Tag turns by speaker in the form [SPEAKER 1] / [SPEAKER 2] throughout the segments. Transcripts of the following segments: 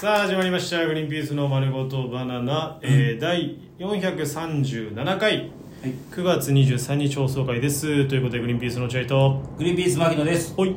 [SPEAKER 1] さあ始まりました「グリーンピースの丸ごとバナナ」えー、第437回
[SPEAKER 2] はい、
[SPEAKER 1] 9月23日放送回ですということでグリーンピースのチャイト
[SPEAKER 2] グリーンピース牧野です、
[SPEAKER 1] ほい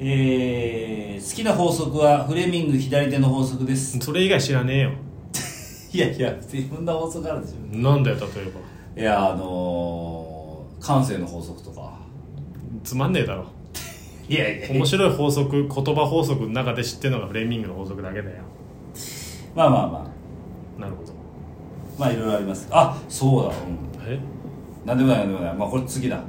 [SPEAKER 2] えー、好きな法則はフレミング左手の法則です
[SPEAKER 1] それ以外知らねえよ
[SPEAKER 2] いやいやいろんな法則あるでしょ
[SPEAKER 1] なんだよ例えば
[SPEAKER 2] いやあのー、感性の法則とか
[SPEAKER 1] つまんねえだろ
[SPEAKER 2] いやい
[SPEAKER 1] 面白い法則言葉法則の中で知ってるのがフレーミングの法則だけだよ
[SPEAKER 2] まあまあま
[SPEAKER 1] なるほど
[SPEAKER 2] あまあいろいろありますあそうだうん
[SPEAKER 1] え
[SPEAKER 2] なんでもないなんでもないまあこれ次だ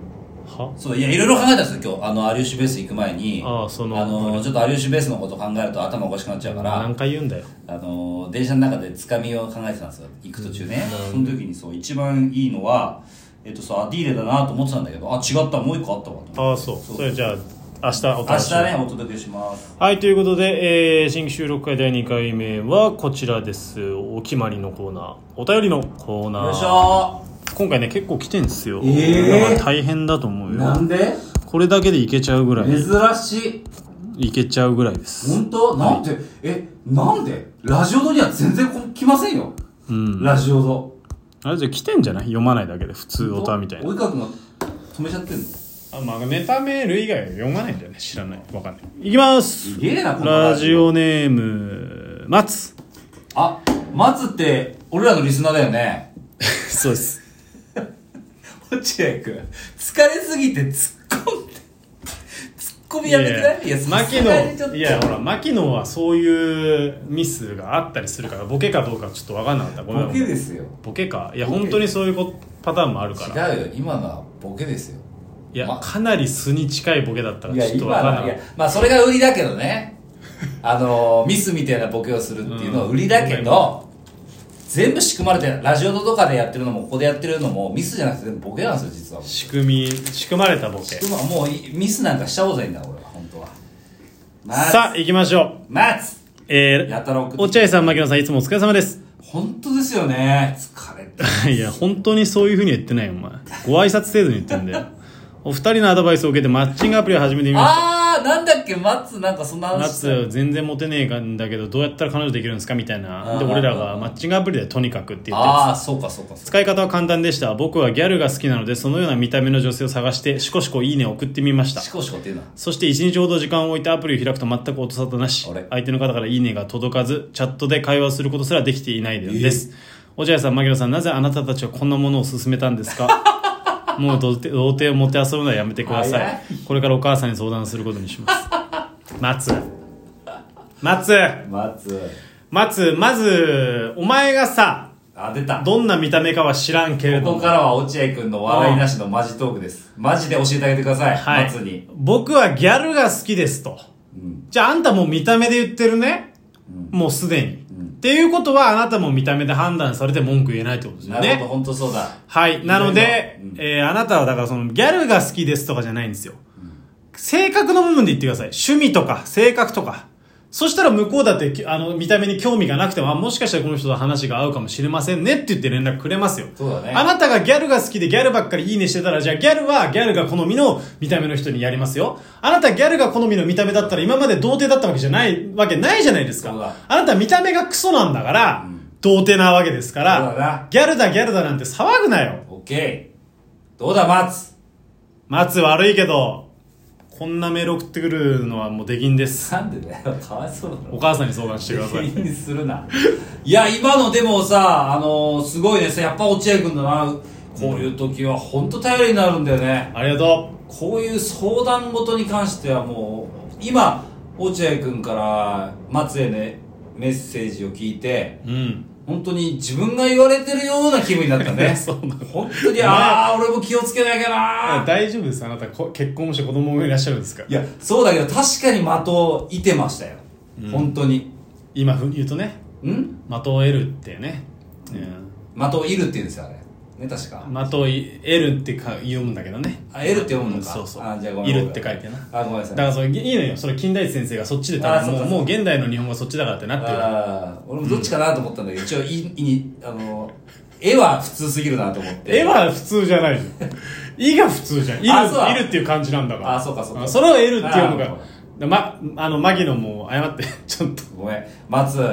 [SPEAKER 1] は
[SPEAKER 2] そういやいろいろ考えたんですよ今日あの有吉ベース行く前に
[SPEAKER 1] ああその
[SPEAKER 2] あのー、ちょっと有吉ベースのこと考えると頭おかしくなっちゃうから
[SPEAKER 1] 何回言うんだよ
[SPEAKER 2] あの電車の中でつかみを考えてたんですよ行く途中ね
[SPEAKER 1] うん
[SPEAKER 2] その時にそう一番いいのはえっとそうアディーレだなと思ってたんだけどあ違ったもう一個あったわと
[SPEAKER 1] ああそう
[SPEAKER 2] そ
[SPEAKER 1] そうれじゃあ明日お
[SPEAKER 2] 明
[SPEAKER 1] 楽しみ
[SPEAKER 2] 日ねお届けします
[SPEAKER 1] はいということで、えー新規収録会第2回目はこちらですお決まりのコーナーお便りのコーナー
[SPEAKER 2] よいしょ
[SPEAKER 1] 今回ね結構来てんですよ、
[SPEAKER 2] えー
[SPEAKER 1] だから大変だと思うよ
[SPEAKER 2] で
[SPEAKER 1] これだけでいけちゃうぐらい
[SPEAKER 2] しい
[SPEAKER 1] いけちゃうぐらいです
[SPEAKER 2] 本当なんでえなんでラジオドには全然来ませんよ
[SPEAKER 1] うん
[SPEAKER 2] ラジオド
[SPEAKER 1] あれじゃ来てんじゃない読まないだけで普通オタみたいな
[SPEAKER 2] 及川君が止めちゃってんの
[SPEAKER 1] あまあネタメール以外は読まないんだよね知らないわかんないいきます
[SPEAKER 2] すげえなこの
[SPEAKER 1] ラジオネーム松
[SPEAKER 2] あ松って俺らのリスナーだよね
[SPEAKER 1] そうです
[SPEAKER 2] 落合君疲れすぎて突っ込んで突っ込みやめてないいやさ
[SPEAKER 1] 牧
[SPEAKER 2] すがにちょっ
[SPEAKER 1] 野
[SPEAKER 2] と
[SPEAKER 1] いやほら牧野はそういうミスがあったりするからボケかどうかちょっと分かんなかったごめん
[SPEAKER 2] ボケですよ
[SPEAKER 1] ボケかいや
[SPEAKER 2] ボケ
[SPEAKER 1] 本当にそういうこパターンもあるから
[SPEAKER 2] 違うよ今のはボケですよ
[SPEAKER 1] いや、
[SPEAKER 2] ま
[SPEAKER 1] かなり素に近いボケだったか
[SPEAKER 2] い
[SPEAKER 1] ら
[SPEAKER 2] や
[SPEAKER 1] ちょっと
[SPEAKER 2] 今
[SPEAKER 1] 分かんな
[SPEAKER 2] の
[SPEAKER 1] か
[SPEAKER 2] い
[SPEAKER 1] っ
[SPEAKER 2] やまあそれが売りだけど ねあのミスみたいなボケをするっていうのは売りだけど、全部仕組まれてるラジオとかでやってるのもここでやってるのもミスじゃなくて全部ボケなんですよ実は
[SPEAKER 1] た仕組み仕組まれたボケ
[SPEAKER 2] でももういミスなんかしちゃおうぜんだ俺は本当は松
[SPEAKER 1] さあ行きましょう
[SPEAKER 2] 松
[SPEAKER 1] え
[SPEAKER 2] や
[SPEAKER 1] ー、
[SPEAKER 2] たら送って
[SPEAKER 1] 落合さん牧野さんいつもお疲れ様です
[SPEAKER 2] 本当ですよね疲れ て
[SPEAKER 1] いや本当にそういうふうに言ってないよお前ご挨拶程度に言ってんだよお二人のアドバイスを受けてマッチングアプリを始めてみました
[SPEAKER 2] あー、なんだっけ、松、なんかそんな話した
[SPEAKER 1] 夏全然モテねえんだけどどうやったら彼女できるんですかみたいなで
[SPEAKER 2] あー
[SPEAKER 1] 俺らがマッチングアプリでとにかくって言って
[SPEAKER 2] あー、そうかそうかそうか。
[SPEAKER 1] 使い方は簡単でした僕はギャルが好きなのでそのような見た目の女性を探してシコシコいいねを送ってみました
[SPEAKER 2] シコシコって言うな。
[SPEAKER 1] そして1日ほど時間を置いてアプリを開くと全く音沙汰なし
[SPEAKER 2] あれ
[SPEAKER 1] 相手の方から「いいね」が届かずチャットで会話することすらできていないです、落合さん牧野さんなぜあなたたちはこんなものを勧めたんですか もう童貞童貞をもて遊ぶのはやめてくださ
[SPEAKER 2] 早
[SPEAKER 1] い
[SPEAKER 2] い
[SPEAKER 1] これからお母さんに相談することにします松松
[SPEAKER 2] 松。
[SPEAKER 1] 松まずお前がさ
[SPEAKER 2] あ、出た。こ
[SPEAKER 1] どんな見た目かは知らんけれども
[SPEAKER 2] こからは落合くんの笑いなしのマジトークです。マジで教えてあげてください、
[SPEAKER 1] はい、
[SPEAKER 2] 松に。
[SPEAKER 1] 僕はギャルが好きですと。
[SPEAKER 2] うん。
[SPEAKER 1] じゃああんたもう見た目で言ってるね。もうすでに、っていうことはあなたも見た目で判断されて文句言えないってことですよ
[SPEAKER 2] なるほど、
[SPEAKER 1] ね。
[SPEAKER 2] 本当そうだ。
[SPEAKER 1] はい。なので、
[SPEAKER 2] いろいろ
[SPEAKER 1] えーあなたはだからそのギャルが好きですとかじゃないんですよ。性格の部分で言ってください。趣味とか性格とか。そしたら向こうだってきあの見た目に興味がなくても、あもしかしたらこの人と話が合うかもしれませんねって言って連絡くれますよ。
[SPEAKER 2] そうだね
[SPEAKER 1] あなたがギャルが好きでギャルばっかりいいねしてたら、じゃあギャルはギャルが好みの見た目の人にやりますよ。あなたギャルが好みの見た目だったら今まで童貞だったわけじゃない、わけないじゃないです
[SPEAKER 2] そうだ
[SPEAKER 1] か。あなた見た目がクソなんだから、童貞なわけですか
[SPEAKER 2] そうだな
[SPEAKER 1] ら、ギャルだギャルだなんて騒ぐなよ。
[SPEAKER 2] オッケー。どうだ、松。
[SPEAKER 1] 松悪いけど、こんなメール送ってくるのはもうできんです。
[SPEAKER 2] なんでだよ、かわいそうだろ。
[SPEAKER 1] お母さんに相談してくだ さい。
[SPEAKER 2] 気にするな。いや、今のでもさ、あのー、すごいですやっぱ落合くんだな。こういう時は本当頼りになるんだよね。
[SPEAKER 1] ありがと
[SPEAKER 2] こういう相談事に関してはもう今落合君から松へねメッセージを聞いて
[SPEAKER 1] う。うん。
[SPEAKER 2] 本当に自分が言われてるような気分になった ね
[SPEAKER 1] そうなの
[SPEAKER 2] 本当にああ俺も気をつけなきゃなー
[SPEAKER 1] 大丈夫です。あなたこ結婚もして子供もいらっしゃるんですか
[SPEAKER 2] いやそうだけど確かに的いてましたよ、本当に
[SPEAKER 1] 今ふ言うとね、
[SPEAKER 2] ん
[SPEAKER 1] 的を得るってね。
[SPEAKER 2] 的いるって言うんですよあれね確か
[SPEAKER 1] うん、的を得るってか読むんだけどね。
[SPEAKER 2] あ L って読むのか
[SPEAKER 1] そうそう。
[SPEAKER 2] あじゃあごめ
[SPEAKER 1] い
[SPEAKER 2] んごめん
[SPEAKER 1] るって書いてな。
[SPEAKER 2] あごめんなさ
[SPEAKER 1] だ
[SPEAKER 2] い
[SPEAKER 1] からそれいいのよ。それ金田一先生がそっちで多
[SPEAKER 2] あ
[SPEAKER 1] 分
[SPEAKER 2] そう
[SPEAKER 1] もう
[SPEAKER 2] かそうか
[SPEAKER 1] もう現代の日本語はそっちだからってなってる。
[SPEAKER 2] ああ俺もどっちかなと思ったんだけど、一応いいにあの絵は普通すぎるなと思って
[SPEAKER 1] 絵は普通じゃない じゃん。いが普通じゃん。い
[SPEAKER 2] あそうだ
[SPEAKER 1] る、いるっていう感じなんだから。
[SPEAKER 2] あそうかそうか
[SPEAKER 1] んそれを得るっていうの
[SPEAKER 2] あ
[SPEAKER 1] が、でま、あの、マギノも謝って、 ちょっと。
[SPEAKER 2] ごめん松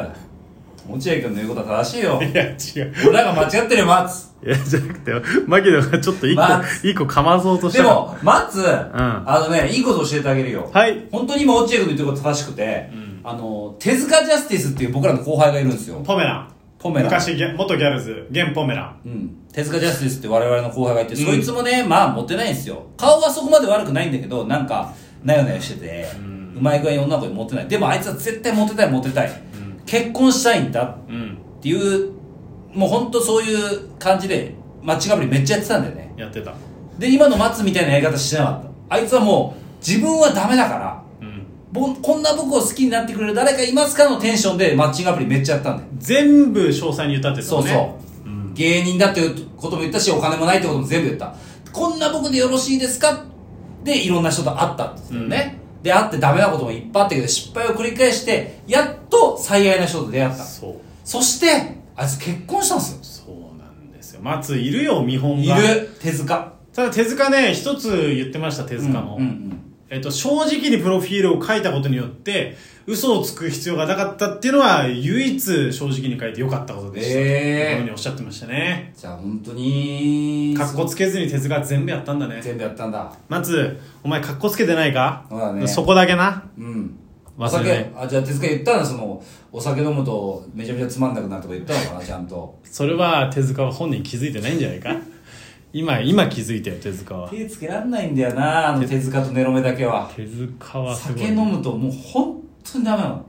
[SPEAKER 2] 落合君の言うことは正しいよ
[SPEAKER 1] いや、違う。
[SPEAKER 2] 俺らが間違ってるよ松
[SPEAKER 1] いや、じゃなくて、マギノがちょっと一個
[SPEAKER 2] まあ、
[SPEAKER 1] 一個かまそうとした
[SPEAKER 2] で
[SPEAKER 1] から
[SPEAKER 2] も松、あのねいいこと教えてあげるよ
[SPEAKER 1] はい
[SPEAKER 2] 本当に今落合君の言ってること正しくて、あの手塚ジャスティスっていう僕らの後輩がいるんですよ
[SPEAKER 1] ポメラン。
[SPEAKER 2] ポメラン
[SPEAKER 1] 昔ギャ、元ギャルズ、現ポメラン。
[SPEAKER 2] うん、手塚ジャスティスって我々の後輩がいて、そいつもねまあモテないんですよ顔はそこまで悪くないんだけどなんかなよなよしてて、うまい具合に女の子にモテないでもあいつは絶対モテたいモテたい、結婚したいんだ
[SPEAKER 1] うん。
[SPEAKER 2] っていうもうほんとそういう感じでマッチングアプリめっちゃやってたんだよね
[SPEAKER 1] やってた。
[SPEAKER 2] で今の松みたいなやり方してなかったあいつはもう自分はダメだから
[SPEAKER 1] うん。
[SPEAKER 2] ぼこんな僕を好きになってくれる誰かいますかのテンションでマッチングアプリめっちゃやったんだよ
[SPEAKER 1] 全部詳細に言ったって
[SPEAKER 2] そうそう、芸人だっていうことも言ったしお金もないってことも全部言ったこんな僕でよろしいですかでいろんな人と会ったんですよね、で会ってダメなこともいっぱいあったけど失敗を繰り返してやっと最愛な人と出会った
[SPEAKER 1] そう。そう。
[SPEAKER 2] そしてあいつ結婚したんですよ
[SPEAKER 1] そうなんですよ。松いるよ、見本
[SPEAKER 2] い
[SPEAKER 1] が。
[SPEAKER 2] る手塚
[SPEAKER 1] ただ手塚ね、一つ言ってました、手塚の。
[SPEAKER 2] うんうん
[SPEAKER 1] えっと、正直にプロフィールを書いたことによって、嘘をつく必要がなかったっていうのは、唯一正直に書いてよかったことでした。
[SPEAKER 2] ええ
[SPEAKER 1] というふうにおっしゃってましたね。
[SPEAKER 2] じゃあ本当に
[SPEAKER 1] かっこつけずに手塚全部やったんだね。
[SPEAKER 2] 全部やったんだ
[SPEAKER 1] 松、お前かっこつけてないか
[SPEAKER 2] そうだね
[SPEAKER 1] そこだけな。
[SPEAKER 2] うんお
[SPEAKER 1] 忘れない
[SPEAKER 2] 酒あじゃあ手塚言ったらそのお酒飲むとめちゃめちゃつまんなくなるとか言ったのかな ちゃんと
[SPEAKER 1] それは手塚は本人気づいてないんじゃないか今、今気づいたよ、手塚は。
[SPEAKER 2] 手つけらんないんだよなあの手塚とネロメだけは
[SPEAKER 1] 手塚はすごい。
[SPEAKER 2] 酒飲むともう本当にダメなの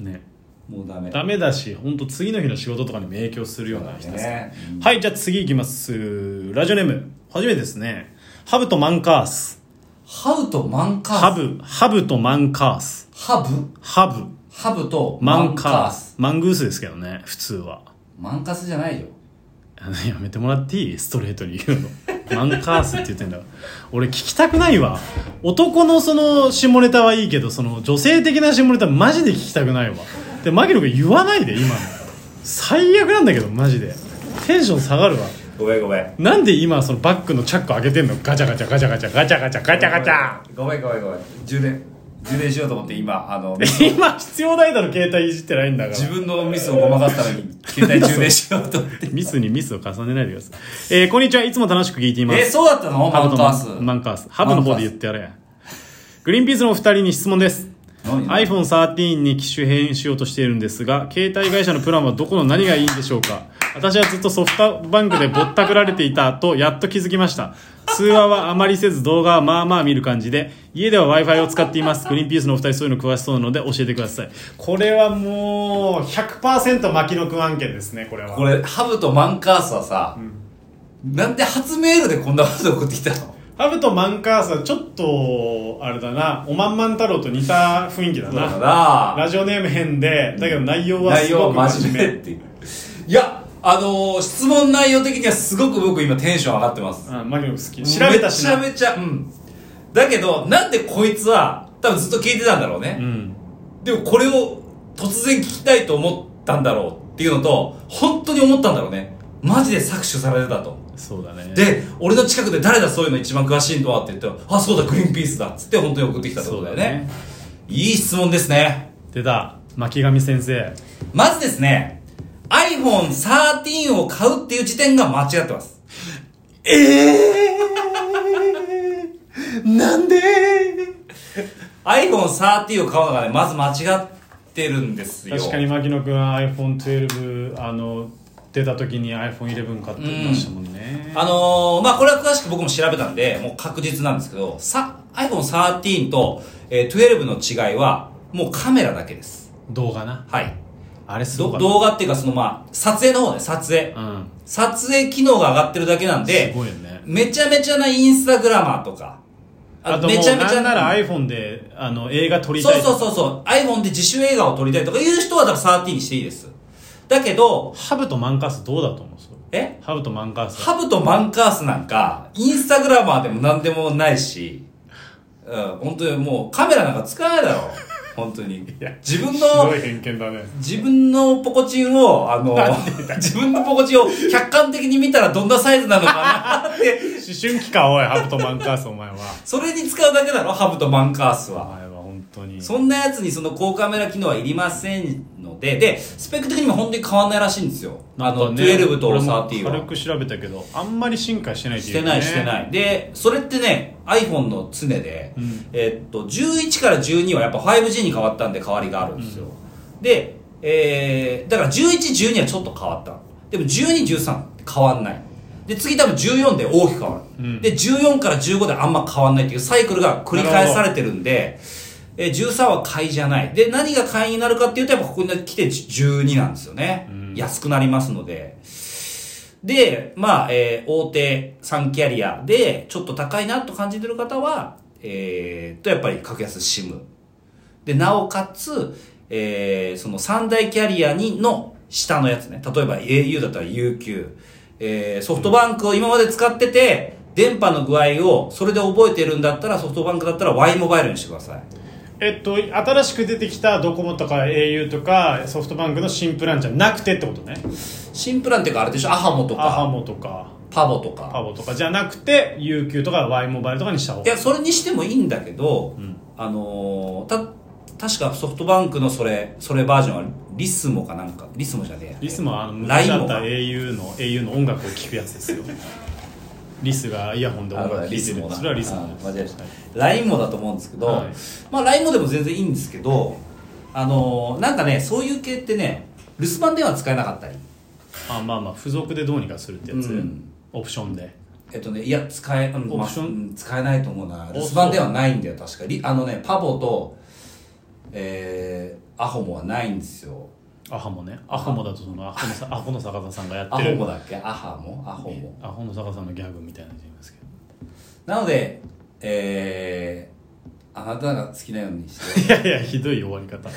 [SPEAKER 1] ね。
[SPEAKER 2] もうダメ
[SPEAKER 1] ダメだし、本当次の日の仕事とかにも影響するような人です
[SPEAKER 2] ね
[SPEAKER 1] はい、じゃあ次いきます。ラジオネーム。初めてですね。ハブとマンカース。
[SPEAKER 2] ハウとマンカース
[SPEAKER 1] ハブ、ハブとマンカース。
[SPEAKER 2] ハブ
[SPEAKER 1] ハブ、
[SPEAKER 2] ハブと
[SPEAKER 1] マンカース。マングースですけどね、普通は。
[SPEAKER 2] マンカスじゃないよ
[SPEAKER 1] あのやめてもらっていいストレートに 言うの。マンカースって言ってんだから俺聞きたくないわ。男のその下ネタはいいけど、その女性的な下ネタマジで聞きたくないわ。で、マギロ君言わないで、今の。最悪なんだけど、マジで。テンション下がるわ。
[SPEAKER 2] ごめんごめん
[SPEAKER 1] なんで今そのバッグのチャック開けてんのガチャガチャガチャガチャガチャガチャガチャガチャ
[SPEAKER 2] ごめんごめんごめん充電充電しようと思って今あ の
[SPEAKER 1] 今必要ないだろ携帯いじってないんだから
[SPEAKER 2] 自分のミスをごまかすために携帯充電しようと思って
[SPEAKER 1] ミスにミスを重ねないでくださいえー、こんにちはいつも楽しく聞いて いま
[SPEAKER 2] え
[SPEAKER 1] す
[SPEAKER 2] そうだったのマン
[SPEAKER 1] と
[SPEAKER 2] カ
[SPEAKER 1] マ
[SPEAKER 2] ース
[SPEAKER 1] マンカースハブの方で言ってやれグリーンピースのお二人に質問です
[SPEAKER 2] 何
[SPEAKER 1] iPhone13 に機種変しようとしているんですが携帯会社のプランはどこの何がいいんでしょうか私はずっとソフトバンクでぼったくられていたとやっと気づきました通話はあまりせず動画はまあまあ見る感じで家では w i f i を使っていますグリーンピースのお二人そういうの詳しそうなので教えてくださいこれはもう100%牧野君案件ですねこれは
[SPEAKER 2] これハブとマンカースはさ、なんで初メールでこんなこと送ってきたの
[SPEAKER 1] ハブとマンカースはちょっとあれだなおまんまん太郎と似た雰囲気だ
[SPEAKER 2] そう
[SPEAKER 1] な
[SPEAKER 2] だな
[SPEAKER 1] ラジオネーム変でだけど内容は
[SPEAKER 2] 内
[SPEAKER 1] す
[SPEAKER 2] 容
[SPEAKER 1] ごく
[SPEAKER 2] は真
[SPEAKER 1] 真面
[SPEAKER 2] 面目
[SPEAKER 1] 目
[SPEAKER 2] っていういやあのー、質問内容的にはすごく僕今テンション上がってます
[SPEAKER 1] うんマギノ君好き調べたしな
[SPEAKER 2] めちゃめちゃうんだけどなんでこいつは多分ずっと聞いてたんだろうね
[SPEAKER 1] う、ん
[SPEAKER 2] でもこれを突然聞きたいと思ったんだろうっていうのと本当に思ったんだろうねマジで搾取されてたと
[SPEAKER 1] そうだね
[SPEAKER 2] で俺の近くで誰だそういうの一番詳しいのはって言ってあそうだグリーンピースだっつって本当に送ってきたってこ
[SPEAKER 1] そ
[SPEAKER 2] と
[SPEAKER 1] う
[SPEAKER 2] だ
[SPEAKER 1] だ
[SPEAKER 2] よ
[SPEAKER 1] よ
[SPEAKER 2] ね
[SPEAKER 1] ね
[SPEAKER 2] いい質問ですね
[SPEAKER 1] 出た巻上先生
[SPEAKER 2] まずですね iPhone13 を買うっていう時点が間違ってます
[SPEAKER 1] ええー、なんで
[SPEAKER 2] iPhone13 を買うのがねまず間違ってるんですよ
[SPEAKER 1] 確かに牧野君は iPhone12 あの出た時に iPhone11 買ってましたもんね、
[SPEAKER 2] あのー、まあこれは詳しく僕も調べたんで、もう確実なんですけど、さ、iPhone13 と、えー12の違いは、もうカメラだけです。
[SPEAKER 1] 動画な
[SPEAKER 2] はい。
[SPEAKER 1] あれすごか
[SPEAKER 2] ど
[SPEAKER 1] った
[SPEAKER 2] 動画っていうか、そのまあ、撮影の方ね、撮影。
[SPEAKER 1] うん
[SPEAKER 2] 撮影機能が上がってるだけなん
[SPEAKER 1] す
[SPEAKER 2] で、
[SPEAKER 1] ごいよね
[SPEAKER 2] めちゃめちゃなインスタグラマーとか、
[SPEAKER 1] あともう
[SPEAKER 2] めちゃめち
[SPEAKER 1] な
[SPEAKER 2] ゃ
[SPEAKER 1] んなら iPhone であの映画撮りたい
[SPEAKER 2] そうそうそうそう、iPhone で自主映画を撮りたいとかいう人は多分13にしていいです。だけど、
[SPEAKER 1] ハブとマンカースどうだと思うそれ
[SPEAKER 2] え
[SPEAKER 1] ハブとマンカース
[SPEAKER 2] ハブとマンカースなんか、インスタグラマーでも何でもないし、うん、本当にもうカメラなんか使わないだろう。本当に
[SPEAKER 1] や。
[SPEAKER 2] 自分
[SPEAKER 1] すご
[SPEAKER 2] の
[SPEAKER 1] い、偏見だね
[SPEAKER 2] 自分のポコチンを、あの、自分のポコチンを客観的に見たらどんなサイズなのかなって、
[SPEAKER 1] 思春期かおいハブとマンカースお前は
[SPEAKER 2] それに使うだけだろ、ハブとマンカース
[SPEAKER 1] お
[SPEAKER 2] は。
[SPEAKER 1] 前は本当に
[SPEAKER 2] そんなやつにその高カメラ機能はいりませんので、で、スペック的にも本当に変わんないらしいんですよ。あ
[SPEAKER 1] なんか
[SPEAKER 2] の、
[SPEAKER 1] ね
[SPEAKER 2] 12と13は。
[SPEAKER 1] 俺も軽く調べたけどあんまり進化してないって
[SPEAKER 2] し
[SPEAKER 1] いうか
[SPEAKER 2] てな
[SPEAKER 1] ね
[SPEAKER 2] いしてないでそれってね iPhone の常で、
[SPEAKER 1] うん
[SPEAKER 2] えっと11から12はやっぱ 5G に変わったんで変わりがあるんですよ、で、えーだから1112はちょっと変わったでも1213って変わんないで次多分14で大きく変わる、
[SPEAKER 1] うん
[SPEAKER 2] で14から15であんま変わんないっていうサイクルが繰り返されてるんでえー13は買いじゃないで何が買いになるかっていうとやっぱここに来て12なんですよね、
[SPEAKER 1] うん
[SPEAKER 2] 安くなりますのでで、まあ、えー大手3キャリアで、ちょっと高いなと感じてる方は、えーっと、やっぱり格安 SIM。で、なおかつ、えーその3大キャリアにの下のやつね。例えば au だったら UQ。えーソフトバンクを今まで使ってて、電波の具合をそれで覚えてるんだったら、ソフトバンクだったら Y モバイルにしてください。
[SPEAKER 1] えっと新しく出てきたドコモとか au とかソフトバンクの新プランじゃなくてってことね
[SPEAKER 2] 新プランっていうかあれでしょアハモと
[SPEAKER 1] アハ
[SPEAKER 2] か、
[SPEAKER 1] モとか
[SPEAKER 2] パボとか。
[SPEAKER 1] パボとかじゃなくて UQ とか Y モバイルとかにした方
[SPEAKER 2] い
[SPEAKER 1] が
[SPEAKER 2] やそれにしてもいいんだけど、あのーた確かソフトバンクのそれそれバージョンはリスモかなんかリスモじゃねえや
[SPEAKER 1] リスもあの
[SPEAKER 2] ライ
[SPEAKER 1] 昔
[SPEAKER 2] ン
[SPEAKER 1] あっ
[SPEAKER 2] モ
[SPEAKER 1] た
[SPEAKER 2] か
[SPEAKER 1] au の au の音楽を聴くやつですよリスがイヤホンで音
[SPEAKER 2] あ
[SPEAKER 1] 楽聴い
[SPEAKER 2] リ
[SPEAKER 1] て
[SPEAKER 2] スモ
[SPEAKER 1] る
[SPEAKER 2] だ
[SPEAKER 1] それはリスモです
[SPEAKER 2] あ間違えました
[SPEAKER 1] はい
[SPEAKER 2] ラインモだと思うんですけど、
[SPEAKER 1] はい
[SPEAKER 2] まあラインモでも全然いいんですけどあのーなんかねそういう系ってね留守番電話使えなかったり
[SPEAKER 1] あまあまあ付属でどうにかするってやつ、
[SPEAKER 2] うん
[SPEAKER 1] オプションで
[SPEAKER 2] えっとねいや使え、うん
[SPEAKER 1] オプション
[SPEAKER 2] まあうん使えないと思うな
[SPEAKER 1] お
[SPEAKER 2] 留守番電話ないんだよ確かリあのねパボとえー、アホモはないんですよ
[SPEAKER 1] アハモねアハモだとそのアホのさアホの坂田さんがやっ
[SPEAKER 2] ア
[SPEAKER 1] て
[SPEAKER 2] ホ
[SPEAKER 1] る
[SPEAKER 2] モだっけアハモアホモ
[SPEAKER 1] アホの坂田さんのギャグみたいなの言いますけど
[SPEAKER 2] なので、えー、あなたが好きなようにして。
[SPEAKER 1] いやいやひどい終わり方